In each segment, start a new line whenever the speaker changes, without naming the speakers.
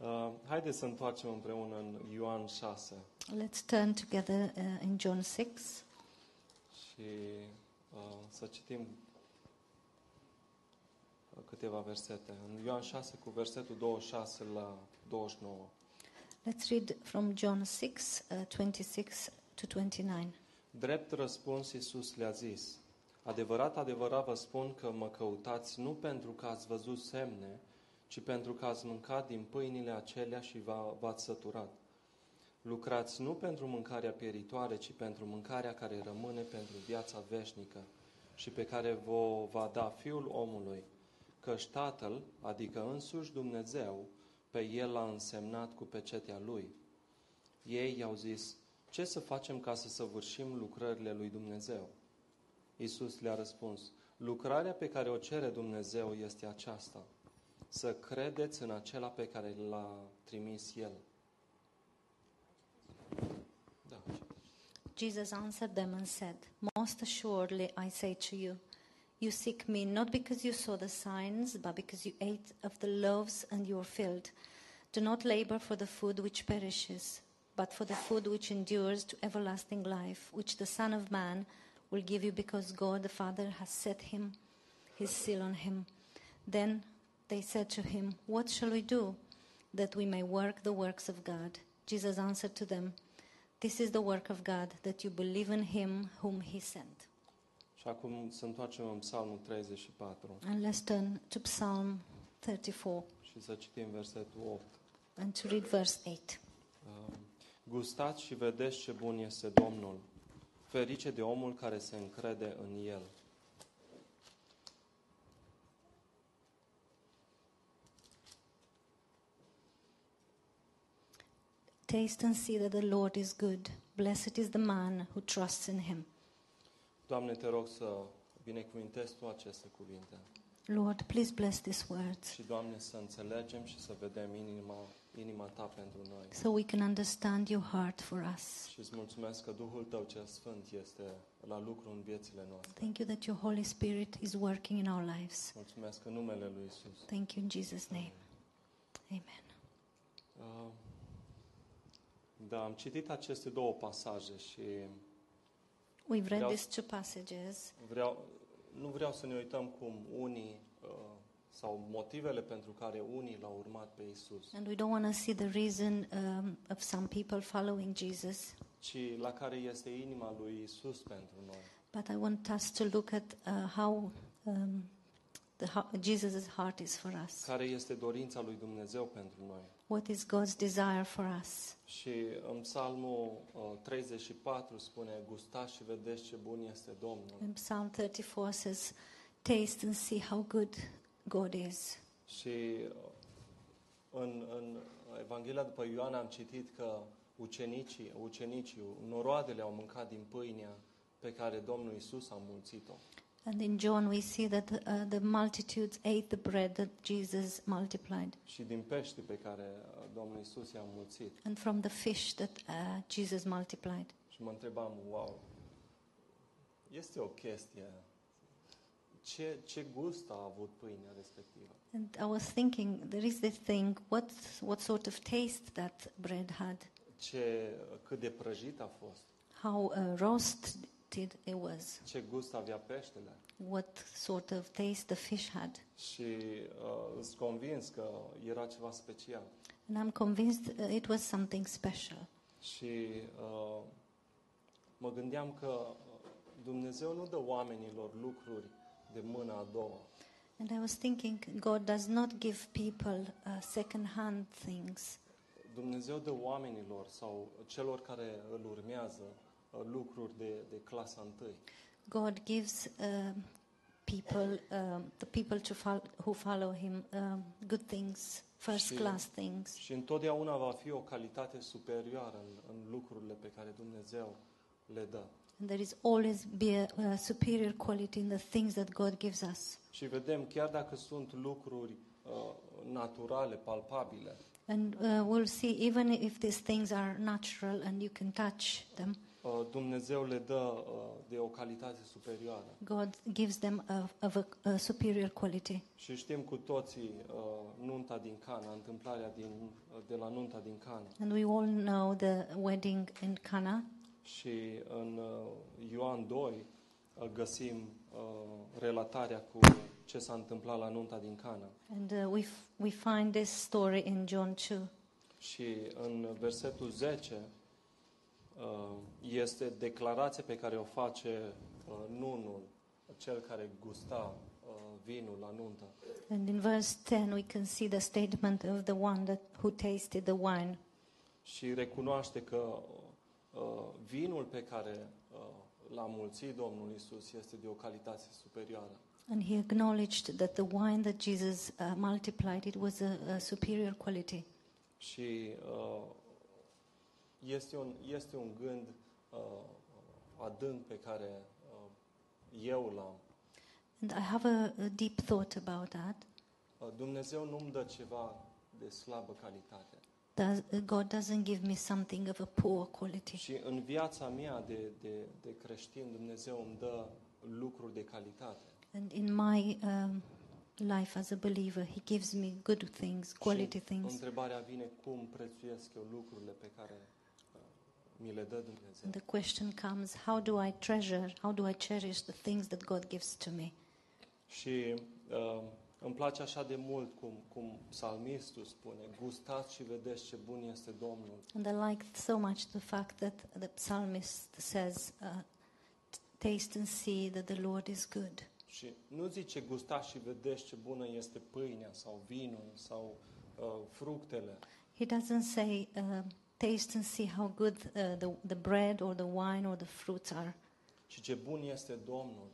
Uh, Haideți să întoarcem împreună în Ioan 6
Let's turn together uh, in John 6
și uh, să citim uh, câteva versete. În Ioan 6 cu versetul 26 la 29.
Let's read from John 6, uh, 26 to 29.
Drept răspuns, Iisus le-a zis, Adevărat, adevărat vă spun că mă căutați nu pentru că ați văzut semne, ci pentru că ați mâncat din pâinile acelea și v-a- v-ați săturat. Lucrați nu pentru mâncarea pieritoare, ci pentru mâncarea care rămâne pentru viața veșnică și pe care vă va da Fiul omului, căci Tatăl, adică însuși Dumnezeu, pe El l-a însemnat cu pecetea Lui. Ei i-au zis, ce să facem ca să săvârșim lucrările lui Dumnezeu? Iisus le-a răspuns, lucrarea pe care o cere Dumnezeu este aceasta, să credeți în acela pe care l-a trimis El. Da.
Jesus answered them and said, Most assuredly I say to you, you seek me not because you saw the signs, but because you ate of the loaves and you were filled. Do not labor for the food which perishes, but for the food which endures to everlasting life, which the Son of Man will give you because God the Father has set him his seal on him. Then they said to him, What shall we do that we may work the works of God? Jesus answered to them, This is the work of God, that you believe in him whom he sent.
Și acum să întoarcem în Psalmul 34
And let's turn to Psalm 34
și să citim versetul 8.
and to read verse 8.
Um, Gustați și vedeți ce bun este Domnul. Ferice de omul care se încrede în El.
Taste and see that the Lord is good. Blessed is the man who trusts in him.
Doamne, te rog să binecuvintezi Tu aceste cuvinte.
Lord, please bless these words
Și, Doamne, să înțelegem și să vedem inima, inima Ta pentru noi.
so we can understand your heart for us.
Și îți mulțumesc că Duhul Tău cel Sfânt este la lucru în viețile noastre.
Thank you that your Holy Spirit is working in our lives.
Mulțumesc în numele Lui Isus.
Thank you in Jesus' name. Amen.
Uh, Da, am citit aceste două pasaje și
We've read
Vreau-
these two passages.
vreau, nu vreau să ne uităm cum unii uh, sau motivele pentru care unii l-au urmat pe Isus,
And we don't want to see the reason um, of some people following Jesus,
ci la care este inima lui Isus pentru noi.
but I want us to look at uh, how um, the, how Jesus' heart is for us.
Care este dorința lui Dumnezeu pentru noi.
What is God's desire for us?
Și în Psalmul uh, 34 spune, gustați și vedeți ce bun este Domnul.
And Psalm 34 says, Taste and see how good God is.
Și uh, în, în Evanghelia după Ioan am citit că ucenicii, ucenicii, noroadele au mâncat din pâinea pe care Domnul Isus a mulțit-o.
And in John, we see that uh, the multitudes ate the bread that Jesus multiplied,
și din pești pe care uh, Domnul Isus i-a mulțit.
and from the fish that uh, Jesus multiplied.
Și mă întrebam, wow, este o chestie. Ce, ce gust a avut pâinea respectivă?
And I was thinking, there is this thing, what, what sort of taste that bread had,
Ce, cât de prăjit a fost?
how uh, roasted it was,
Ce gust avea peștele?
what sort of taste the fish had.
Și uh, sunt convins că era ceva special.
And I'm convinced uh, it was something special.
Și uh, mă gândeam că uh, Dumnezeu nu dă oamenilor lucruri de mâna a doua.
And I was thinking, God does not give people uh, second-hand things.
Dumnezeu dă oamenilor sau celor care îl urmează uh, lucruri de, de clasa întâi.
God gives um people, um the people to fol- who follow Him, um, good things,
Sure.
first-class things.
Și întotdeauna va fi o calitate superioară în, în lucrurile pe care Dumnezeu le dă.
And there is always be a, a superior quality in the things that God gives us.
Și vedem, chiar dacă sunt lucruri uh, naturale, palpabile,
And uh, we'll see, even if these things are natural and you can touch them,
uh, Dumnezeu le dă uh, de o calitate superioară.
God gives them a, of a, a superior quality.
Și știm cu toții uh, nunta din Cana, întâmplarea din, uh, de la nunta din Cana.
And we all know the wedding in Cana.
Și în uh, Ioan 2 uh, găsim uh, relatarea cu ce s-a întâmplat la nunta din Cana.
And uh, we, f- we find this story in John 2.
Și în versetul 10 uh, este declarația pe care o face uh, nunul, cel care gusta uh, vinul la nuntă.
And in verse 10, we can see the statement of the one that, who tasted the wine.
și recunoaște că uh, vinul pe care uh, l-a mulțit Domnul Isus este de o calitate superioară.
And he acknowledged that the wine that Jesus uh, multiplied, it was a, a superior quality.
Și uh, este, un, este un gând uh, adânc pe care uh, eu l-am.
And I have a, a deep thought about that.
Uh, Dumnezeu nu-mi dă ceva de slabă calitate.
Does, uh, God doesn't give me something of a poor quality.
Și în viața mea de, de, de creștin, Dumnezeu îmi dă lucruri de calitate.
And in my um, life as a believer, he gives me good things, quality
Și
things.
Întrebarea vine cum prețuiesc eu lucrurile pe care uh, mi le dă Dumnezeu.
And the question comes how do I treasure, how do I cherish the things that God gives to me?
Și uh, îmi place așa de mult cum, cum psalmistul spune, gustați și vedeți ce bun este Domnul.
And I like so much the fact that the psalmist says, uh, Taste and see that the Lord is good.
Și nu zice gustați și vedeți ce bună este pâinea sau vinul sau uh, fructele,
He doesn't say, uh, Taste and see how good uh, the, the bread or the wine or the fruits are,
ci ce bun este Domnul.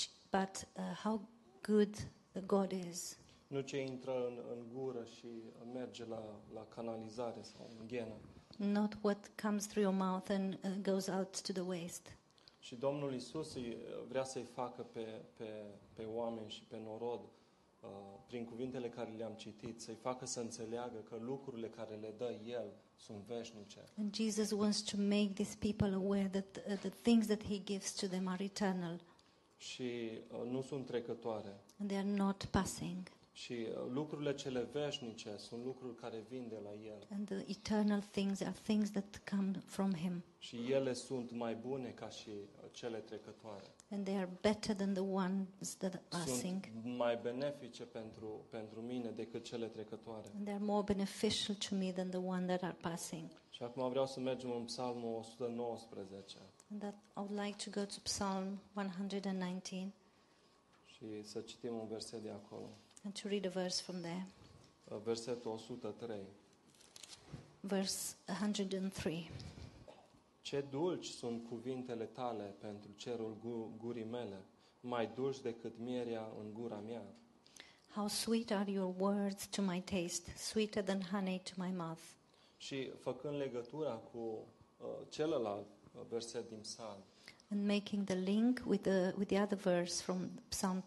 ch- but uh, how good the God is.
Nu ce intră în, în gură și merge la, la canalizare sau în ghenă.
Not what comes through your mouth and uh, goes out to the waste.
Și Domnul Isus îi, vrea să-i facă pe, pe, pe oameni și pe norod, uh, prin cuvintele care le-am citit, să-i facă să înțeleagă că lucrurile care le dă El sunt veșnice.
And Jesus wants to make these people aware that uh, the things that He gives to them are eternal
Și uh, nu sunt trecătoare.
and they are not passing.
Și uh, lucrurile cele veșnice sunt lucruri care vin de la El.
And the eternal things are things that come from Him,
Și ele sunt mai bune ca și uh, cele trecătoare.
and they are better than the ones that are passing.
Sunt mai benefice pentru, pentru mine decât cele trecătoare.
And they are more beneficial to me than the one that are passing.
Și acum vreau să mergem în Psalmul 119.
And that I would like to go to Psalm 119
Și să citim un verset de acolo.
and to read a verse from there,
Versetul 103.
verse 103.
Ce dulci sunt cuvintele tale pentru cerul gu- gurii mele, mai dulci decât mierea în gura mea.
How sweet are your words to my taste, sweeter than honey to my mouth.
Și făcând legătura cu uh, celălalt uh, verset din psalm,
And making the link with the, with the other verse from Psalm,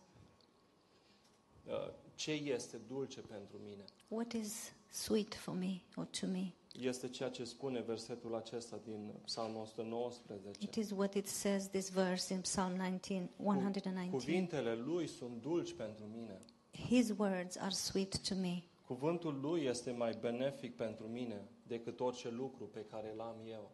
uh, ce este dulce pentru mine?
what is sweet for me or to me?
Este ceea ce spune versetul acesta din psalmul 119.
It is what it says, this verse in Psalm 19, 119.
Cuvintele lui sunt dulci pentru mine.
His words are sweet to me.
Cuvântul lui este mai benefic pentru mine decât orice lucru pe care l am eu.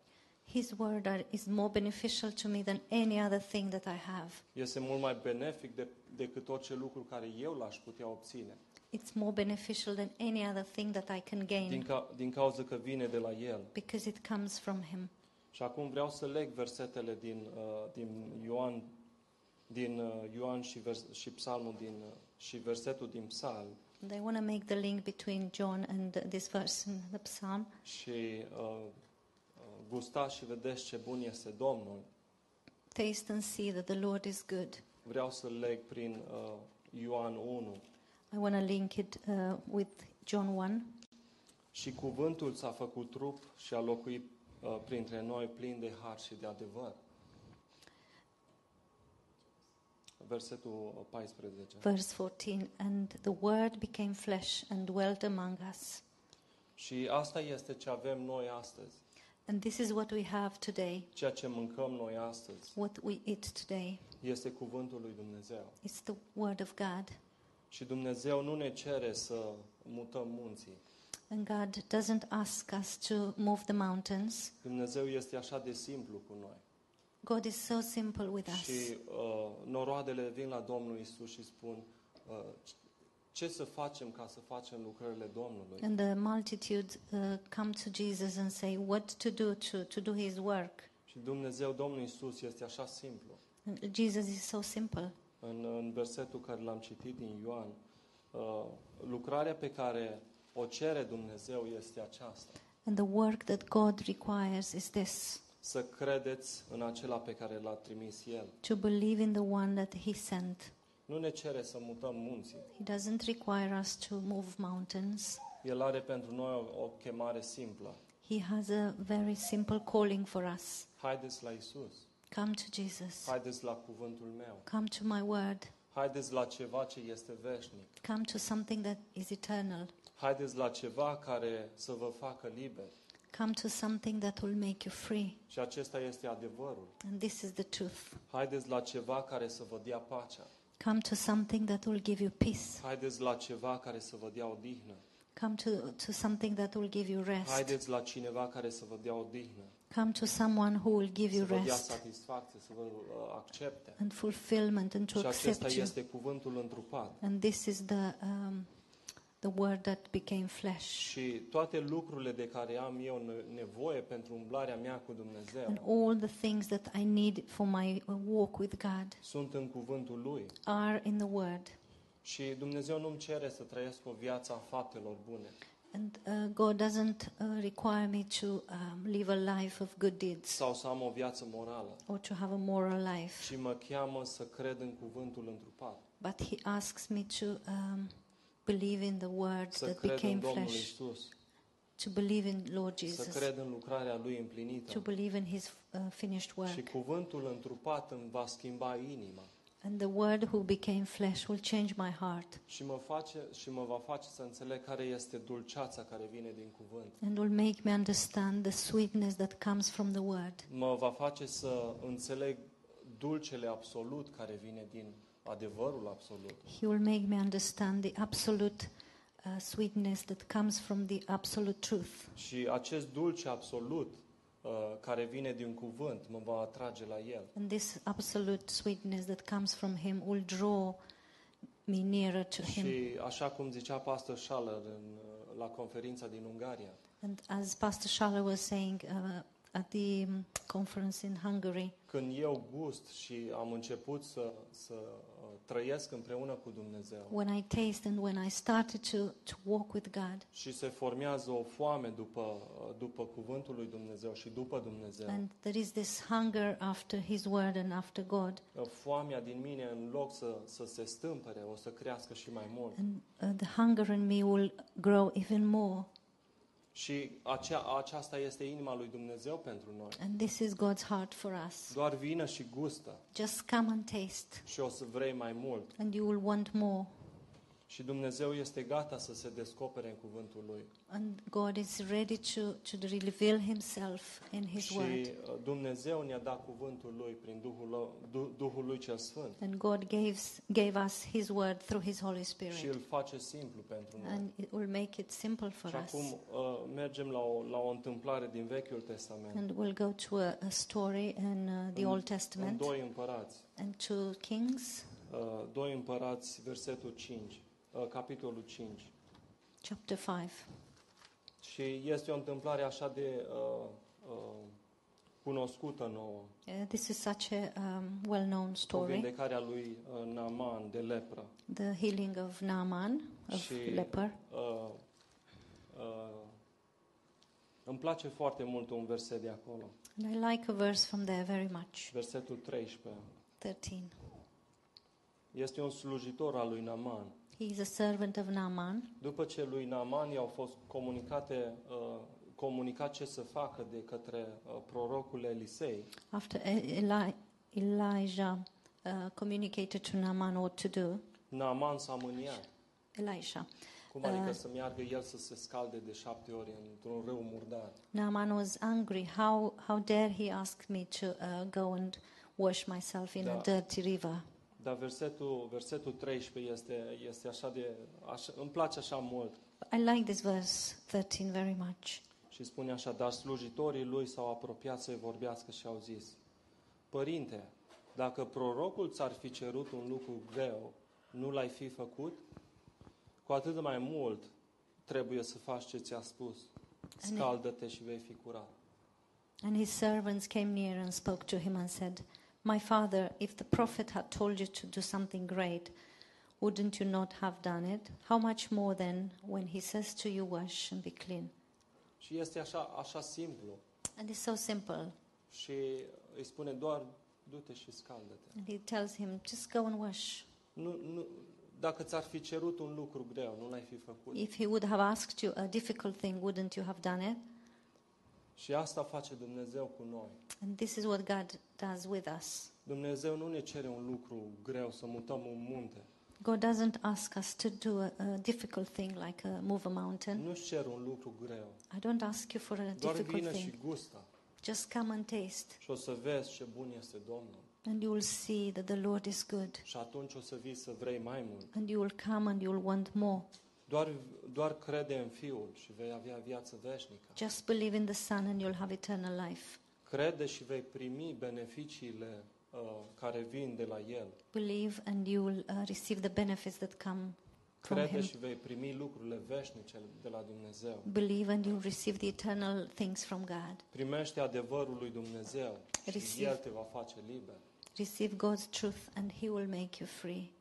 His word are, is more beneficial to me than any other thing that I have.
Este mult mai benefic de, decât orice lucru care eu l-aș putea obține,
It's more beneficial than any other thing that I can
din,
gain
ca, din cauza că vine de la El.
because it comes from Him.
Și acum vreau să leg versetele din, uh, din Ioan, din uh, Ioan și, vers, și psalmul din, uh, și versetul din psalm
And I want to make the link between John and uh, this verse in the Psalm.
și uh, uh, gustați și vedeți ce bun este Domnul.
Taste and see that the Lord is good.
Vreau să leg prin uh, Ioan 1.
I want to link it uh, with John 1.
Și cuvântul s-a făcut trup și a locuit uh, printre noi plin de har și de adevăr. Versetul uh, 14.
Verse 14, and the word became flesh and dwelt among us.
Și asta este ce avem noi astăzi.
And this is what we have today,
Ceea ce mâncăm noi astăzi
what we eat today.
este cuvântul lui Dumnezeu.
It's the Word of God.
Și Dumnezeu nu ne cere să mutăm munții.
And God doesn't ask us to move the mountains.
Dumnezeu este așa de simplu cu noi.
God is so simple with us.
Și uh, noroadele vin la Domnul Isus și spun uh, ce să facem ca să facem lucrările Domnului.
And the multitude uh, come to Jesus and say, What to do to, to do his work?
Și Dumnezeu, Domnul Isus este așa simplu.
And Jesus is so simple.
În, în versetul care l-am citit din Ioan, uh, lucrarea pe care o cere Dumnezeu este aceasta.
And the work that God requires is this
Să credeți în acela pe care l-a trimis El.
to believe in the one that he sent.
Nu ne cere să mutăm munții.
He doesn't require us to move mountains.
El are pentru noi o, o chemare simplă.
He has a very simple calling for us.
Haideți la Isus.
Come to Jesus.
Haideți la cuvântul meu.
Come to my word.
Haideți la ceva ce este veșnic.
Come to something that is eternal.
Haideți la ceva care să vă facă liberi.
Come to something that will make you free.
Și acesta este adevărul.
And this is the truth.
Haideți la ceva care să vă dea pacea.
Come to something that will give you peace.
Haideți la ceva care să vă dea odihnă.
Come to, to something that will give you rest.
Haideți la cineva care să vă dea odihnă.
Come to someone who will give
Să
you
vă dea
rest
satisfacție, să vă uh, accepte.
and fulfillment and to
Și acesta
accept you.
este cuvântul întrupat.
And this is the, um, the word that became flesh.
Și toate lucrurile de care am eu ne- nevoie pentru umblarea mea cu
And
Dumnezeu
all the things that I need for my uh, walk with God
sunt în cuvântul Lui.
are in the word.
Și Dumnezeu nu-mi cere să trăiesc o viață a faptelor bune
And uh, God doesn't uh, require me to um, live a life of good deeds
sau să am o viață morală,
or to have a moral life,
ci mă cheamă să cred în cuvântul întrupat,
but He asks me to um, believe in the word
să
that
cred în
became
Domnul
flesh.
Isus,
to believe in Lord
să
Jesus,
cred în lucrarea Lui împlinită.
to believe in His uh, finished
Și
work.
cuvântul întrupat îmi va schimba inima
And the Word who became flesh will change my heart
și mă, face, și mă va face să înțeleg care este dulceața care vine din cuvânt.
and will make me understand the sweetness that comes from the Word.
Mă va face să înțeleg dulcele absolut care vine din adevărul absolut.
He will make me understand the absolute uh, sweetness that comes from the absolute truth.
Și acest dulce absolut uh, care vine din cuvânt mă va atrage la El.
And this absolute sweetness that comes from Him will draw me nearer to Him.
Și așa cum zicea pastor Schaller în, uh, la conferința din Ungaria,
And as Pastor Shala was saying uh, at the um, conference in Hungary,
când eu gust și am început să, să uh, trăiesc împreună cu Dumnezeu
when I taste and when I started to, to walk with God
și se formează o foame după, uh, după cuvântul lui Dumnezeu și după Dumnezeu,
and there is this hunger after His Word and after God,
uh, foamea din mine în loc să, să se stâmpere, o să crească și mai mult.
and uh, the hunger in me will grow even more.
Și acea, aceasta este inima lui Dumnezeu pentru noi.
And this is God's heart for us.
Doar vină și gustă.
Just come and taste,
și o să vrei mai mult.
and you will want more.
Și Dumnezeu este gata să se descopere în cuvântul Lui.
And God is ready to, to reveal Himself in His
și
Word.
uh, Dumnezeu ne-a dat cuvântul Lui prin Duhul, Lo- Du- Duhul Lui cel Sfânt.
And God gave, gave us His Word through His Holy
Și
Spirit,
îl face simplu pentru noi.
and it will make it simple for
Și
us.
acum uh, mergem la o, la o întâmplare din Vechiul Testament.
And we'll go to a, a story in uh, the
În-
Old
În
Testament.
doi împărați.
and two Kings,
Uh, doi împărați, versetul 5, uh, capitolul 5.
chapter 5.
Și este o întâmplare așa de uh, uh, cunoscută nouă.
Uh, this is such a um, well known
Cu
story
vindecarea lui uh, Naaman de lepră.
the healing of Naaman, of
She-
leper.
Uh, uh, îmi place foarte mult un verset de acolo,
And I like a verse from there very much.
versetul 13.
13.
Este un slujitor al lui Naman.
He is a servant of Naaman.
După ce lui Naman i-au fost comunicate, uh, comunicat ce să facă de către uh, prorocul Elisei,
After E- Eli- Elijah uh, communicated to Naaman what to do,
Naman s-a mâniat
Elisha
Cum adică
Uh.
să meargă el să se scalde de șapte ori într-un râu murdar?
Naaman was angry. How, how dare he ask me to uh, go and wash myself in
Da.
a dirty river?
Dar versetul, versetul 13 este, este așa de... Așa, îmi place așa mult.
I like this verse 13 very much.
Și spune așa, dar slujitorii lui s-au apropiat să-i vorbească și au zis, Părinte, dacă prorocul ți-ar fi cerut un lucru greu, nu l-ai fi făcut? Cu atât mai mult trebuie să faci ce ți-a spus. Scaldă-te și vei fi curat.
And his servants came near and spoke to him and said, My father, if the prophet had told you to do something great, wouldn't you not have done it? How much more then when he says to you, Wash and be clean?
Și este așa, așa simplu.
And it's so simple.
Și îi spune doar, du-te și scaldă-te.
And he tells him, Just go and wash.
Nu, nu, dacă ți-ar fi cerut un lucru greu, nu l-ai fi făcut.
If he would have asked you a difficult thing, wouldn't you have done it?
Și asta face Dumnezeu cu noi.
And this is what God does with us.
Dumnezeu nu ne cere un lucru greu să mutăm un munte.
God doesn't ask us to do a, a difficult thing like uh, move a mountain.
Nu-și cer un lucru greu.
I don't ask you for a
Doar
difficult
vină
thing.
și gusta
Just come and taste,
și o să vezi ce bun este Domnul.
and you will see that the Lord is good.
Și atunci o să vii să vrei mai mult.
And you will come and you will want more.
Doar, doar crede în Fiul și vei avea viață veșnică.
Just believe in the Son and you'll have eternal life.
Crede și vei primi beneficiile uh, care vin de la El.
Believe and you will uh, receive the benefits that come from
Crede
Him.
și vei primi lucrurile veșnice de la Dumnezeu.
Believe and you'll receive the eternal things from God.
Primește adevărul lui Dumnezeu și
Receive.
El te va face liber.
Receive God's truth and He will make you free.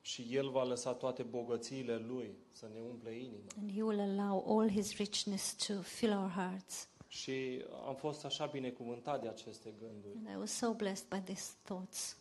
Și El va lăsa toate bogățiile Lui să ne umple inima.
And He will allow all His richness to fill our hearts.
Și am fost așa binecuvântat de aceste gânduri.
And I was so blessed by these thoughts.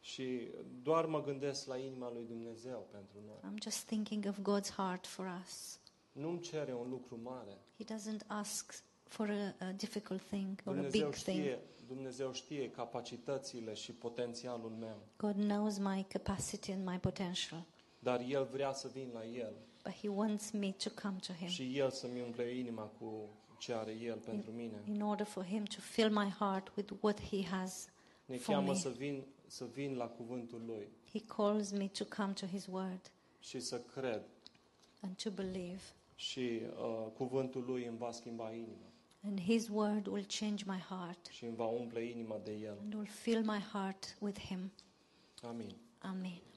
Și doar mă gândesc la inima lui Dumnezeu pentru noi.
I'm just thinking of God's heart for us.
Nu-mi cere un lucru mare.
He doesn't ask for a, a difficult thing or a
Dumnezeu
big thing.
știe, Dumnezeu știe capacitățile și potențialul meu.
God knows my capacity and my potential,
Dar El vrea să vin la El
but He wants me to come to Him
și El să-mi umple inima cu ce are El pentru mine.
in order for Him to fill my heart with what He has.
Ne
For
cheamă
me.
să vin, să vin la cuvântul Lui
He calls me to come to His Word
și să cred.
and to believe,
Și uh, cuvântul Lui îmi va schimba inima
and His Word will change my heart
și îmi va umple inima de El.
and will fill my heart with Him.
Amin.
Amen.